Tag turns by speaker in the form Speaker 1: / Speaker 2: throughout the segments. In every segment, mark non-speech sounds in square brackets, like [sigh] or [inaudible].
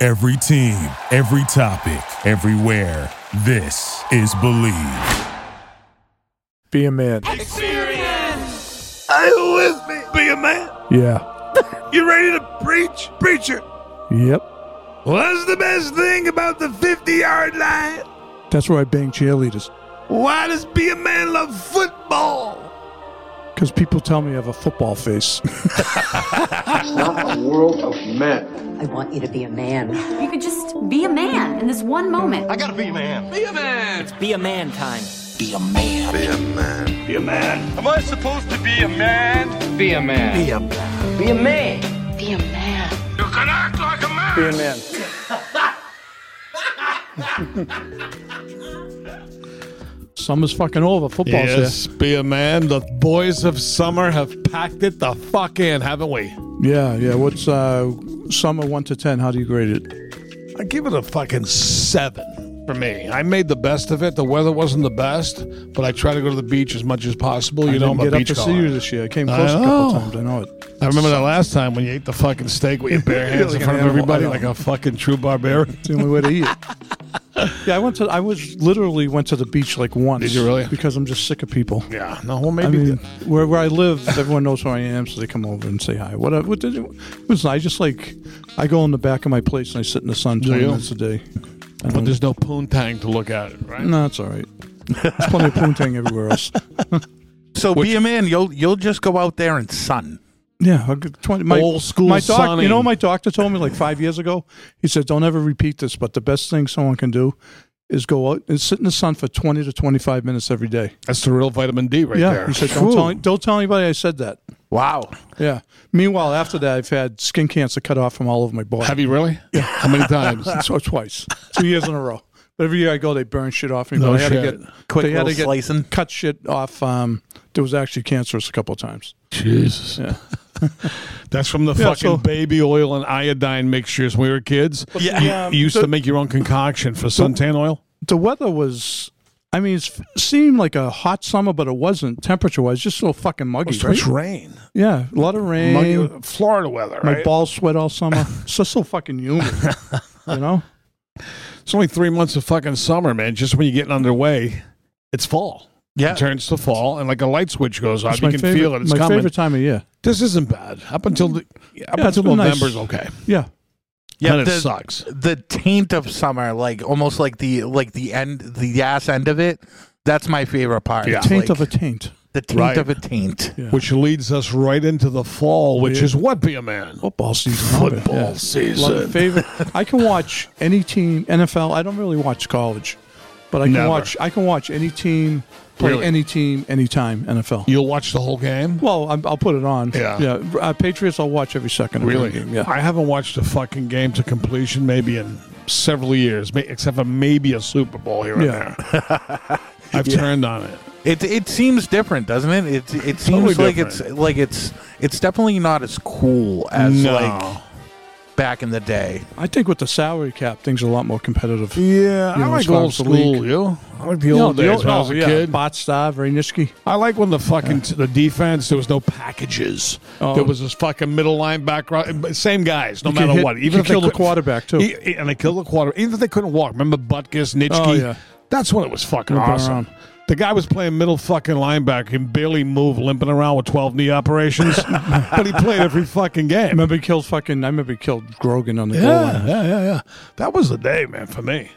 Speaker 1: Every team, every topic, everywhere. This is Believe.
Speaker 2: Be a man.
Speaker 3: Experience! Hey, who is me? Be a man.
Speaker 2: Yeah.
Speaker 3: You ready to preach? Preacher.
Speaker 2: Yep.
Speaker 3: What's the best thing about the 50 yard line?
Speaker 2: That's where I bang cheerleaders.
Speaker 3: Why does Be a Man love football?
Speaker 2: Because people tell me I have a
Speaker 3: [laughs]
Speaker 2: football face.
Speaker 4: not a world of men.
Speaker 5: I want you to be a man.
Speaker 6: You could just be a man in this one moment.
Speaker 4: I gotta be a man.
Speaker 3: Be a man.
Speaker 7: Be a man time.
Speaker 4: Be a man.
Speaker 3: Be a man.
Speaker 8: Am I supposed to be a man? Be a man.
Speaker 4: Be a man.
Speaker 7: Be a man.
Speaker 5: Be a man.
Speaker 3: You can act like a man.
Speaker 2: Be a man. Summer's fucking over. Football's
Speaker 9: Yes, be a man. The boys of summer have packed it the fuck in, haven't we?
Speaker 2: here. Yeah, yeah. What's uh, summer one to ten? How do you grade it?
Speaker 9: I give it a fucking seven for me. I made the best of it. The weather wasn't the best, but I try to go to the beach as much as possible. You
Speaker 2: I
Speaker 9: know, I'm
Speaker 2: didn't
Speaker 9: a
Speaker 2: get up
Speaker 9: beach
Speaker 2: to see you
Speaker 9: goer.
Speaker 2: this year. I came
Speaker 9: I
Speaker 2: close a couple
Speaker 9: know.
Speaker 2: times. I know it.
Speaker 9: I remember that last time when you ate the fucking
Speaker 2: [laughs]
Speaker 9: steak with your bare hands
Speaker 2: Like
Speaker 9: in front
Speaker 2: an
Speaker 9: of
Speaker 2: animal.
Speaker 9: everybody
Speaker 2: I
Speaker 9: like
Speaker 2: know.
Speaker 9: a fucking
Speaker 2: [laughs]
Speaker 9: true barbarian.
Speaker 2: It's the only way to eat it. [laughs] yeah, I went to. I was literally went to the beach like once.
Speaker 9: Did you really?
Speaker 2: Because I'm just sick of people.
Speaker 9: Yeah, no, well,
Speaker 2: I
Speaker 9: maybe.
Speaker 2: mean,
Speaker 9: the-
Speaker 2: where, where I live, everyone knows who I am, so they come over and say hi. What, I- what did you, it was nice. Just like I go in the back of my place and I sit in the sun twenty
Speaker 9: you?
Speaker 2: minutes a day. I
Speaker 9: but
Speaker 2: don't-
Speaker 9: there's no poontang to look at, right?
Speaker 2: no, it's all right. There's plenty of poontang everywhere else.
Speaker 10: [laughs] So be a man. You'll you'll just go out there and sun.
Speaker 2: Yeah, I'll give twenty. My,
Speaker 9: Old school
Speaker 2: My doc, you
Speaker 9: sunning.
Speaker 2: know, what my doctor told me like five years ago. He said, "Don't ever repeat this, but the best thing someone can do is go out and sit in the sun for twenty to twenty-five minutes every day."
Speaker 9: That's the real vitamin D right
Speaker 2: yeah,
Speaker 9: there.
Speaker 2: he said, "Don't
Speaker 9: Whew.
Speaker 2: tell, don't tell anybody I said that."
Speaker 10: Wow.
Speaker 2: Yeah. Meanwhile, after that, I've had skin cancer cut off from all over my body.
Speaker 9: Have you really? Yeah. How
Speaker 2: [laughs]
Speaker 9: many times?
Speaker 2: so twice, two years in a row. But every year I go, they burn shit off me. But
Speaker 9: No
Speaker 2: I had
Speaker 9: shit.
Speaker 2: to get
Speaker 10: Quick
Speaker 2: they had to
Speaker 10: little
Speaker 2: get
Speaker 10: slicing.
Speaker 2: cut shit off. Um, there was actually cancerous a couple times.
Speaker 9: Jesus.
Speaker 2: Yeah.
Speaker 9: That's from the
Speaker 2: Yeah,
Speaker 9: fucking
Speaker 2: so-
Speaker 9: baby oil and iodine mixtures when we were kids.
Speaker 2: Yeah.
Speaker 9: You,
Speaker 2: Um,
Speaker 9: you used
Speaker 2: so-
Speaker 9: to make your own concoction for suntan oil.
Speaker 2: The weather was, I mean, it seemed like a hot summer, but it wasn't temperature wise. Just so fucking muggy, right?
Speaker 9: rain.
Speaker 2: Yeah, a lot of rain.
Speaker 9: Muggy, Florida weather,
Speaker 2: My
Speaker 9: right?
Speaker 2: balls sweat all
Speaker 9: [laughs]
Speaker 2: summer. so so fucking humid. you know.
Speaker 9: it's only three months of fucking summer, man. Just when you're getting underway, it's fall.
Speaker 10: Yeah.
Speaker 9: It turns to fall, and like a light switch goes off.
Speaker 2: It's
Speaker 9: You
Speaker 2: my
Speaker 9: can
Speaker 2: favorite-
Speaker 9: feel it. It's
Speaker 2: my
Speaker 9: coming.
Speaker 2: favorite time of year.
Speaker 9: This isn't bad. Up until the, up
Speaker 2: Yeah, it's
Speaker 9: until
Speaker 2: been nice.
Speaker 9: November's okay.
Speaker 2: Yeah.
Speaker 9: Then it
Speaker 10: the-
Speaker 9: sucks.
Speaker 10: The taint of summer, like almost like the like the end, the ass end of it. That's my favorite part.
Speaker 9: Yeah.
Speaker 10: It's
Speaker 2: Taint
Speaker 10: like
Speaker 2: of a taint.
Speaker 10: the taint
Speaker 9: Right.
Speaker 10: of a taint.
Speaker 2: Yeah.
Speaker 9: Which leads us right into the fall, which
Speaker 2: Yeah.
Speaker 9: is what be a man.
Speaker 2: Football season. love it,
Speaker 9: Football
Speaker 2: yeah.
Speaker 9: season.
Speaker 2: Love it. favorite. I can watch any team. NFL. I don't really watch college, but I can
Speaker 9: Never.
Speaker 2: watch. I can watch any team play
Speaker 9: Really?
Speaker 2: any team anytime. NFL.
Speaker 9: You'll watch the whole game.
Speaker 2: Well, I'm, I'll put it on.
Speaker 9: Yeah.
Speaker 2: yeah. Uh, Patriots. I'll watch every second. Of
Speaker 9: Really?
Speaker 2: every game. Yeah.
Speaker 9: I haven't watched a fucking game to completion maybe in several years, ma- except for maybe a Super Bowl here and
Speaker 2: Yeah.
Speaker 9: there.
Speaker 2: [laughs]
Speaker 9: I've turned on it.
Speaker 10: It it seems different, doesn't it? It it
Speaker 9: Totally
Speaker 10: seems like it's
Speaker 9: different.
Speaker 10: like it's it's definitely not as cool as
Speaker 9: no.
Speaker 10: like back in the day.
Speaker 2: I think with the salary cap, things are a lot more competitive.
Speaker 9: yeah,
Speaker 2: You
Speaker 9: I
Speaker 2: know, as
Speaker 9: like
Speaker 2: far
Speaker 9: old
Speaker 2: as the
Speaker 9: school,
Speaker 2: league.
Speaker 9: you. I like the
Speaker 2: You know,
Speaker 9: old
Speaker 2: the
Speaker 9: days
Speaker 2: old-
Speaker 9: when I was
Speaker 2: oh,
Speaker 9: a
Speaker 2: yeah,
Speaker 9: kid.
Speaker 2: Bot Stav, Rayniski.
Speaker 9: I like when the fucking t- the defense there was no packages.
Speaker 2: Oh.
Speaker 9: There was this fucking middle linebacker, same guys, no
Speaker 2: You could
Speaker 9: matter
Speaker 2: hit-
Speaker 9: what.
Speaker 2: you could
Speaker 9: if they
Speaker 2: kill the
Speaker 9: couldn't-
Speaker 2: quarterback, too.
Speaker 9: E- e- and they killed the quarter. Even if they couldn't walk, remember Butkus, Nitschke.
Speaker 2: Oh, yeah.
Speaker 9: That's when it was fucking
Speaker 2: Whip it
Speaker 9: awesome.
Speaker 2: around.
Speaker 9: The guy was playing middle fucking linebacker. He barely moved, limping around with 12
Speaker 2: [laughs]
Speaker 9: knee operations, but he played every fucking game.
Speaker 2: remember he killed fucking. I remember he killed Grogan on the goal
Speaker 9: Yeah,
Speaker 2: line.
Speaker 9: yeah, yeah, yeah. That was the day, man, for me.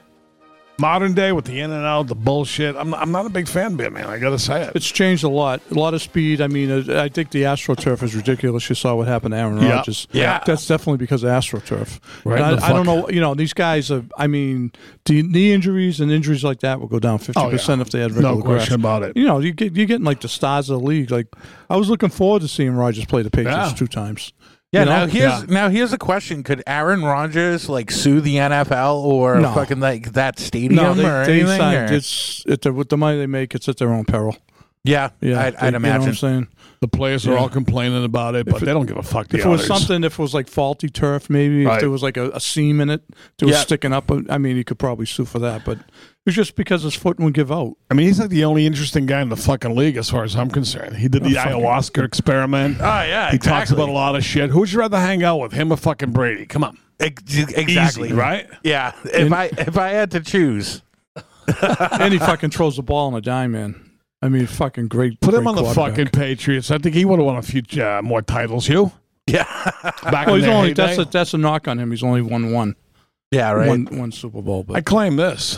Speaker 9: Modern day with the in and out, the bullshit. I'm, I'm not a big fan of it, man. I gotta say it.
Speaker 2: It's changed a lot. A lot of speed. I mean, uh, I think the AstroTurf is ridiculous. You saw what happened to Aaron
Speaker 9: Yeah.
Speaker 2: Rodgers.
Speaker 9: Yeah.
Speaker 2: That's definitely because of AstroTurf.
Speaker 9: Right
Speaker 2: And
Speaker 9: in the
Speaker 2: I, I don't
Speaker 9: fuck.
Speaker 2: know. You know, these guys are, I mean, the knee injuries and injuries like that will go down 50% if they had
Speaker 9: Oh, No
Speaker 2: regular grass.
Speaker 9: question about it.
Speaker 2: You know, you get, you're getting like the stars of the league. Like, I was looking forward to seeing Rodgers play the Patriots
Speaker 9: Yeah.
Speaker 2: two times.
Speaker 10: Yeah.
Speaker 2: You know?
Speaker 10: Now here's
Speaker 9: Yeah.
Speaker 10: now here's a question: Could Aaron Rodgers like sue the NFL or
Speaker 2: No.
Speaker 10: fucking like that stadium
Speaker 2: No,
Speaker 10: or
Speaker 2: they, they
Speaker 10: anything?
Speaker 2: signed.
Speaker 10: or-
Speaker 2: It's, it's their- with the money they make, it's at their own peril.
Speaker 10: yeah,
Speaker 2: Yeah, they- You
Speaker 10: I'd, I'd
Speaker 2: know what I'm
Speaker 10: imagine.
Speaker 2: saying?
Speaker 9: The players are all complaining about it, but they don't give a fuck. The
Speaker 2: If it was
Speaker 9: others.
Speaker 2: something, if it was like faulty turf, maybe
Speaker 9: Right.
Speaker 2: if there was like a, a seam in it that was
Speaker 10: Yeah.
Speaker 2: sticking up, uh, I mean, he could probably sue for that. But it was just because his foot would give out.
Speaker 9: I mean, he's like the only interesting guy in the fucking league, as far as I'm concerned. He did the ayahuasca experiment. Oh
Speaker 10: yeah,
Speaker 9: he talks
Speaker 10: exactly.
Speaker 9: about a lot of shit. Who would you rather hang out with, him or fucking Brady? Come on,
Speaker 10: Ex- exactly
Speaker 9: Easy, right?
Speaker 10: Yeah. If I if I had to choose, [laughs]
Speaker 2: and he fucking throws the ball on a dime, man. I mean, fucking great.
Speaker 9: Put him
Speaker 2: great
Speaker 9: on the
Speaker 2: quarterback.
Speaker 9: fucking Patriots. I think he would have won a few uh, more titles. You?
Speaker 10: yeah,
Speaker 2: Well,
Speaker 9: Back in
Speaker 2: he's
Speaker 9: their
Speaker 2: only
Speaker 9: heyday.
Speaker 2: that's a, that's a knock on him. He's only won one,
Speaker 10: yeah, right.
Speaker 2: one, one Super Bowl. But
Speaker 9: I claim this.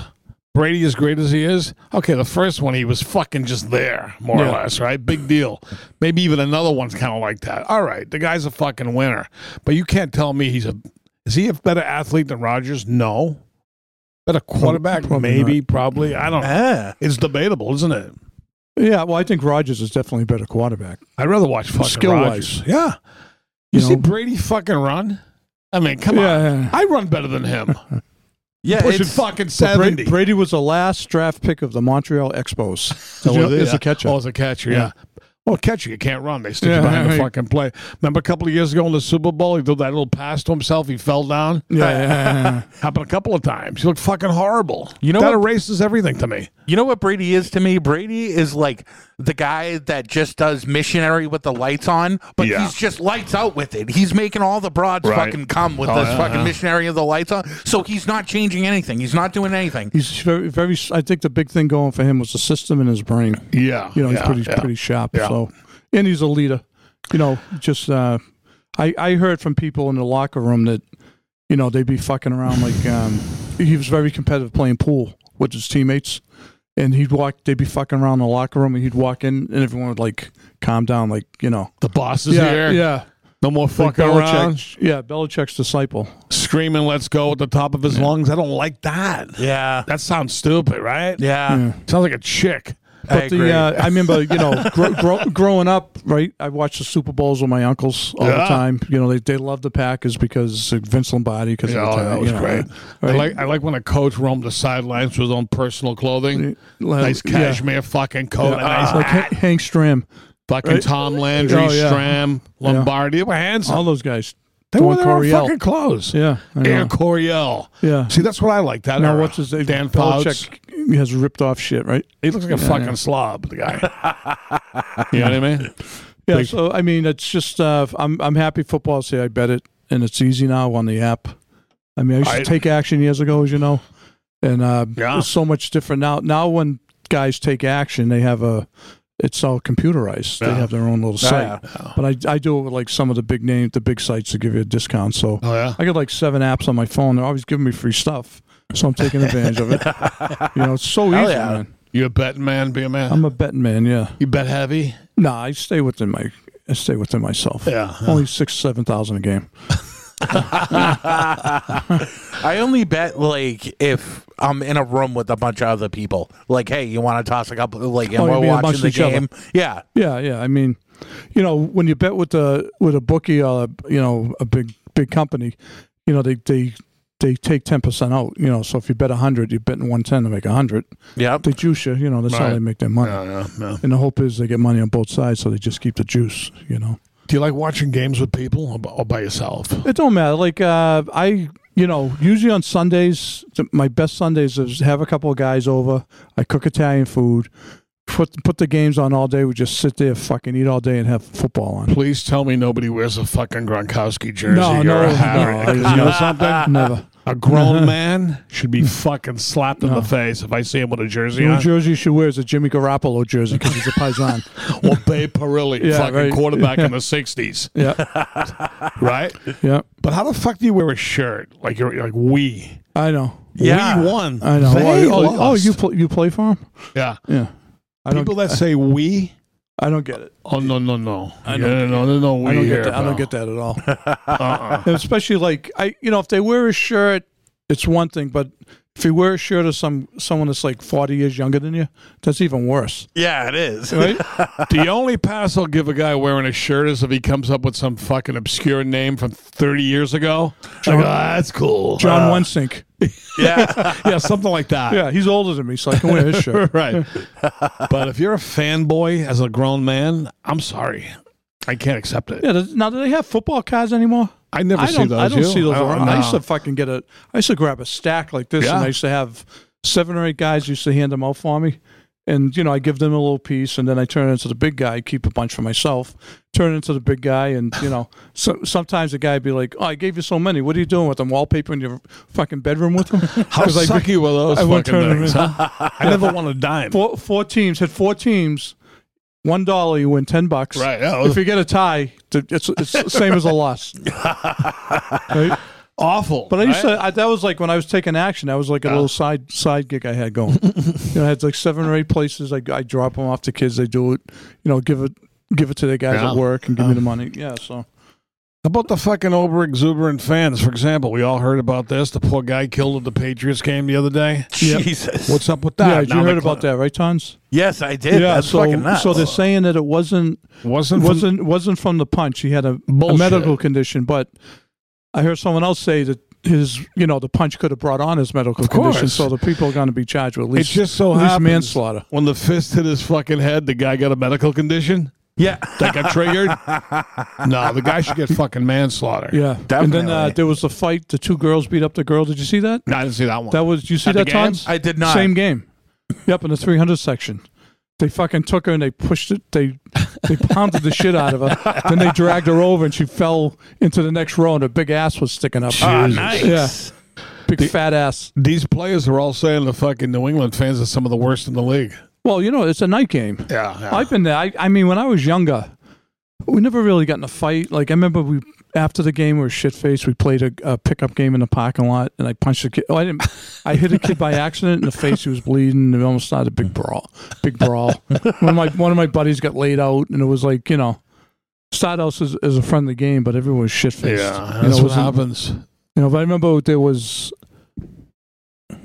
Speaker 9: Brady, as great as he is, okay, the first one he was fucking just there, more or
Speaker 2: Yeah.
Speaker 9: less, right? Big deal. Maybe even another one's kind of like that. All right, the guy's a fucking winner, but you can't tell me he's a is he a better athlete than Rogers? No, better quarterback?
Speaker 2: probably
Speaker 9: maybe, probably. I don't. know.
Speaker 10: Ah.
Speaker 9: It's debatable, isn't it?
Speaker 2: yeah, well, I think Rodgers is definitely a better quarterback.
Speaker 9: I'd rather watch fucking
Speaker 2: Skill-wise.
Speaker 9: Rodgers. Yeah, you,
Speaker 2: You
Speaker 9: see
Speaker 2: know?
Speaker 9: Brady fucking run. I mean, come
Speaker 2: Yeah,
Speaker 9: on,
Speaker 2: yeah.
Speaker 9: I run better
Speaker 2: [laughs]
Speaker 9: than him.
Speaker 10: yeah,
Speaker 9: Pushing
Speaker 10: it's-
Speaker 9: fucking
Speaker 2: But Bra-
Speaker 9: seventy.
Speaker 2: Brady was the last draft pick of the Montreal
Speaker 9: [laughs]
Speaker 2: Expos. Did you know- as a catcher.
Speaker 9: Oh, as a catcher, yeah. Well, catcher, you can't run. They stick
Speaker 2: Yeah,
Speaker 9: you behind
Speaker 2: right.
Speaker 9: the fucking play. Remember a couple of years ago in the Super Bowl, he threw that little pass to himself. He fell down.
Speaker 2: Yeah, yeah, yeah, yeah.
Speaker 9: Happened a couple of times. He looked fucking horrible.
Speaker 10: You know
Speaker 9: that
Speaker 10: what-
Speaker 9: erases everything to me.
Speaker 10: You know what Brady is to me? Brady is like the guy that just does missionary with the lights on, but
Speaker 9: Yeah.
Speaker 10: he's just lights out with it. He's making all the broads
Speaker 9: Right.
Speaker 10: fucking come with
Speaker 9: Oh,
Speaker 10: this
Speaker 9: yeah,
Speaker 10: fucking
Speaker 9: yeah.
Speaker 10: missionary of the lights on. So he's not changing anything. He's not doing anything.
Speaker 2: He's very, very. I think the big thing going for him was the system in his brain.
Speaker 9: Yeah,
Speaker 2: you know, he's
Speaker 9: yeah,
Speaker 2: pretty
Speaker 9: yeah.
Speaker 2: pretty sharp.
Speaker 9: Yeah.
Speaker 2: So, and he's a leader. You know, just uh, I I heard from people in the locker room that you know they'd be fucking around like um, he was very competitive playing pool with his teammates, and he'd walk. They'd be fucking around the locker room, and he'd walk in, and everyone would like calm down, like you know,
Speaker 9: The boss is here.
Speaker 2: yeah.
Speaker 9: No more
Speaker 2: Like
Speaker 9: fucking around.
Speaker 2: Belichick- yeah, Belichick's disciple.
Speaker 9: Screaming, let's go at the top of his lungs. I don't like that.
Speaker 10: Yeah.
Speaker 9: That sounds stupid, right?
Speaker 10: Yeah.
Speaker 2: Hmm.
Speaker 9: Sounds like a chick.
Speaker 10: I
Speaker 2: But the, uh, I remember, you know,
Speaker 9: [laughs]
Speaker 2: gro- gro- growing up, right? I watched the Super Bowls with my uncles all the
Speaker 9: Yeah.
Speaker 2: time. You know, they, they loved the Packers because of Vince Lombardi. Because
Speaker 9: Yeah,
Speaker 2: of the
Speaker 9: oh,
Speaker 2: time,
Speaker 9: that was
Speaker 2: you know,
Speaker 9: great.
Speaker 2: right?
Speaker 9: I like I like when a coach roamed the sidelines with his own personal clothing.
Speaker 2: Like,
Speaker 9: nice
Speaker 2: yeah.
Speaker 9: cashmere fucking coat, a oh, nice
Speaker 2: like
Speaker 9: hat.
Speaker 2: Han- Hank Stram,
Speaker 9: fucking
Speaker 2: right?
Speaker 9: Tom Landry,
Speaker 2: Oh, yeah.
Speaker 9: Stram, Lombardi. They were handsome.
Speaker 2: all those guys.
Speaker 9: they wore
Speaker 2: Don
Speaker 9: their own
Speaker 2: Coryell.
Speaker 9: fucking clothes.
Speaker 2: Yeah, I know.
Speaker 9: Air Coryell.
Speaker 2: Yeah.
Speaker 9: See, that's what I like. That
Speaker 2: Now
Speaker 9: era.
Speaker 2: what's his name?
Speaker 9: Dan Fouts.
Speaker 2: Belichick has ripped off shit, right?
Speaker 9: He looks like a fucking slob, the guy.
Speaker 2: [laughs]
Speaker 9: you know what I mean?
Speaker 2: Yeah.
Speaker 9: Big-
Speaker 2: So I mean, it's just uh, I'm I'm happy football's here. I bet it, and it's easy now on the app. I mean, I used
Speaker 9: I-
Speaker 2: to take action years ago, as you know, and uh,
Speaker 9: Yeah.
Speaker 2: it's so much different now. Now when guys take action, they have a it's all computerized. They
Speaker 9: Yeah.
Speaker 2: have their own little site. But I, I do it with like some of the big name, the big sites to give you a discount. So
Speaker 9: Oh, yeah?
Speaker 2: I got like seven apps on my phone. They're always giving me free stuff, so I'm taking advantage
Speaker 9: [laughs]
Speaker 2: of it. You know, it's so
Speaker 10: Hell
Speaker 2: easy,
Speaker 10: yeah.
Speaker 2: man.
Speaker 9: You a betting man, be a man.
Speaker 2: I'm a betting man. Yeah.
Speaker 9: you bet heavy.
Speaker 2: Nah, I stay within my I stay within myself.
Speaker 9: Yeah.
Speaker 2: Only six, seven thousand a game.
Speaker 10: I only bet like if I'm in a room with a bunch of other people. Like, hey, you want to toss a couple? Like, and
Speaker 2: Oh, you
Speaker 10: we're
Speaker 2: mean
Speaker 10: watching
Speaker 2: amongst
Speaker 10: the
Speaker 2: each other.
Speaker 10: game. Yeah.
Speaker 2: Yeah, yeah. I mean, you know, when you bet with the with a bookie or you know, a big big company, you know, they they they take ten percent out, you know, so if you bet hundred, you're betting one ten to make hundred.
Speaker 10: Yep.
Speaker 2: They juice you, you know, that's how
Speaker 9: Right.
Speaker 2: they make their money.
Speaker 9: No, no, no.
Speaker 2: And the hope is they get money on both sides, so they just keep the juice, you know.
Speaker 9: Do you like watching games with people or b- or by yourself?
Speaker 2: It don't matter. Like uh, I, you know, usually on Sundays, th- my best Sundays is have a couple of guys over. I cook Italian food, put put the games on all day. We just sit there, fucking eat all day, and have football on.
Speaker 9: Please tell me nobody wears a fucking Gronkowski jersey
Speaker 2: No,
Speaker 9: or
Speaker 2: no,
Speaker 9: a hat.
Speaker 2: no,
Speaker 9: [laughs] Because you know something?
Speaker 2: Never.
Speaker 9: A grown man should be fucking slapped in the face if I see him with a jersey
Speaker 2: New
Speaker 9: on.
Speaker 2: jersey she wears a Jimmy Garoppolo jersey because he's a
Speaker 9: [laughs]
Speaker 2: Paisan.
Speaker 9: or Babe Parilli,
Speaker 2: Yeah,
Speaker 9: fucking
Speaker 2: right.
Speaker 9: quarterback in the '60s,
Speaker 2: yeah,
Speaker 9: right?
Speaker 2: yeah.
Speaker 9: But how the fuck do you wear a shirt like you're like we?
Speaker 2: I know.
Speaker 9: we won.
Speaker 2: I know.
Speaker 9: They
Speaker 2: oh, oh,
Speaker 9: lost.
Speaker 2: you pl- you play for him?
Speaker 9: yeah.
Speaker 2: Yeah. I don't.
Speaker 9: People that say we.
Speaker 2: I don't get it.
Speaker 9: Oh no no no! I
Speaker 2: I
Speaker 9: no
Speaker 2: don't
Speaker 9: no no no! We
Speaker 2: I don't
Speaker 9: here,
Speaker 2: get that. I
Speaker 9: pal. Uh-uh.
Speaker 2: don't get uh-uh. that at all. And Especially like I, you know, if they wear a shirt, it's one thing. But if you wear a shirt of some someone that's like forty years younger than you, that's even worse,
Speaker 10: Yeah, it is.
Speaker 2: right?
Speaker 9: The only pass I'll give a guy wearing a shirt is if he comes up with some fucking obsure name from 30 years ago. It's like, "Ah, that's cool.
Speaker 2: John
Speaker 9: Uh,
Speaker 2: Wensink.
Speaker 10: yeah.
Speaker 9: [laughs] yeah, something like that.
Speaker 2: Yeah, he's older than me, so I can wear his shirt.
Speaker 9: [laughs] Right. but if you're a fanboy as a grown man, I'm sorry. I can't accept it.
Speaker 2: Yeah. Does, now, do they have football cards anymore?
Speaker 9: I never
Speaker 2: I
Speaker 9: see
Speaker 2: don't.
Speaker 9: those.
Speaker 2: I don't
Speaker 9: you?
Speaker 2: see those around. I used
Speaker 9: know.
Speaker 2: to fucking get a. I used to grab a stack like this,
Speaker 9: Yeah.
Speaker 2: and I used to have seven or eight guys used to hand them out for me, and you know I give them a little piece, and then I turn it into the big guy, keep a bunch for myself, turn it into the big guy, and you know so, sometimes the guy would be like, "Oh, I gave you so many. What are you doing with them? Wallpapering your fucking bedroom with them?"
Speaker 9: [laughs] How
Speaker 2: 'Cause I-
Speaker 9: sucky were those
Speaker 2: I won't
Speaker 9: fucking
Speaker 2: turn them
Speaker 9: things? huh? I never won a dime.
Speaker 2: four, four teams hit four teams. One dollar, you win ten bucks.
Speaker 9: Right, yeah.
Speaker 2: If you get a tie, it's it's the same as a
Speaker 9: [laughs]
Speaker 2: loss. right?
Speaker 9: Awful.
Speaker 2: But I used
Speaker 9: right?
Speaker 2: to. I, that was like when I was taking action. That was like a little side side gig I had going. you know, I had like seven or eight places. I I drop them off to kids. They do it. You know, give it give it to the guys
Speaker 9: Yeah.
Speaker 2: at work and give me the money. Yeah. So
Speaker 9: How about the fucking over exuberant fans? For example, we all heard about this. The poor guy killed at the Patriots game the other day.
Speaker 2: [laughs]
Speaker 10: Jesus.
Speaker 9: What's up with
Speaker 2: yeah,
Speaker 9: that?
Speaker 2: you heard about that, right, Tons?
Speaker 10: Yes, I did. That's
Speaker 2: so
Speaker 10: fucking nuts.
Speaker 2: so they're saying that it wasn't
Speaker 9: Wasn't from-
Speaker 2: wasn't wasn't from the punch. He had a, a
Speaker 9: Bullshit.
Speaker 2: medical condition, but I heard someone else say that his you know the punch could have brought on his medical condition.
Speaker 9: course.
Speaker 2: So the people are going to be charged with at
Speaker 9: It
Speaker 2: least
Speaker 9: just so
Speaker 2: at least
Speaker 9: happens
Speaker 2: manslaughter.
Speaker 9: when the fist hit his fucking head. The guy got a medical [laughs] condition
Speaker 10: yeah.
Speaker 9: that got triggered. no, the guy should get fucking manslaughter.
Speaker 2: Yeah, And then uh,
Speaker 10: Definitely.
Speaker 2: there was the fight. The two girls beat up the girl. Did you see that?
Speaker 9: No, I didn't see that one.
Speaker 2: That was. Did you see
Speaker 9: At the
Speaker 2: that,
Speaker 9: game?
Speaker 2: Tons?
Speaker 10: I did not.
Speaker 2: Same game. Yep, in the 300 section. They fucking took her and they pushed it. They they pounded the shit out of
Speaker 10: [laughs]
Speaker 2: her. Then they dragged her over and she fell into the next row and her big ass was sticking up.
Speaker 10: Ah, nice.
Speaker 2: Yeah, big fat ass.
Speaker 9: These players are all saying the fucking New England fans are some of the worst in the league.
Speaker 2: Well, you know it's a night game.
Speaker 9: Yeah, yeah.
Speaker 2: I've been there. I, I mean, when I was younger, we never really got in a fight. Like I remember we after the game we were shit faced. We played a, a pickup game in the parking lot, and I punched a kid. Oh, I didn't. I hit a kid by accident in the face. He was bleeding, and we almost started a big brawl. Big brawl. one of my one of my buddies got laid out, and it was like you know. Started out as, as a friendly game, but everyone was shit faced.
Speaker 9: yeah,
Speaker 2: you know,
Speaker 9: that's
Speaker 2: it
Speaker 9: what
Speaker 2: wasn't-
Speaker 9: happens.
Speaker 2: you know, but I remember there was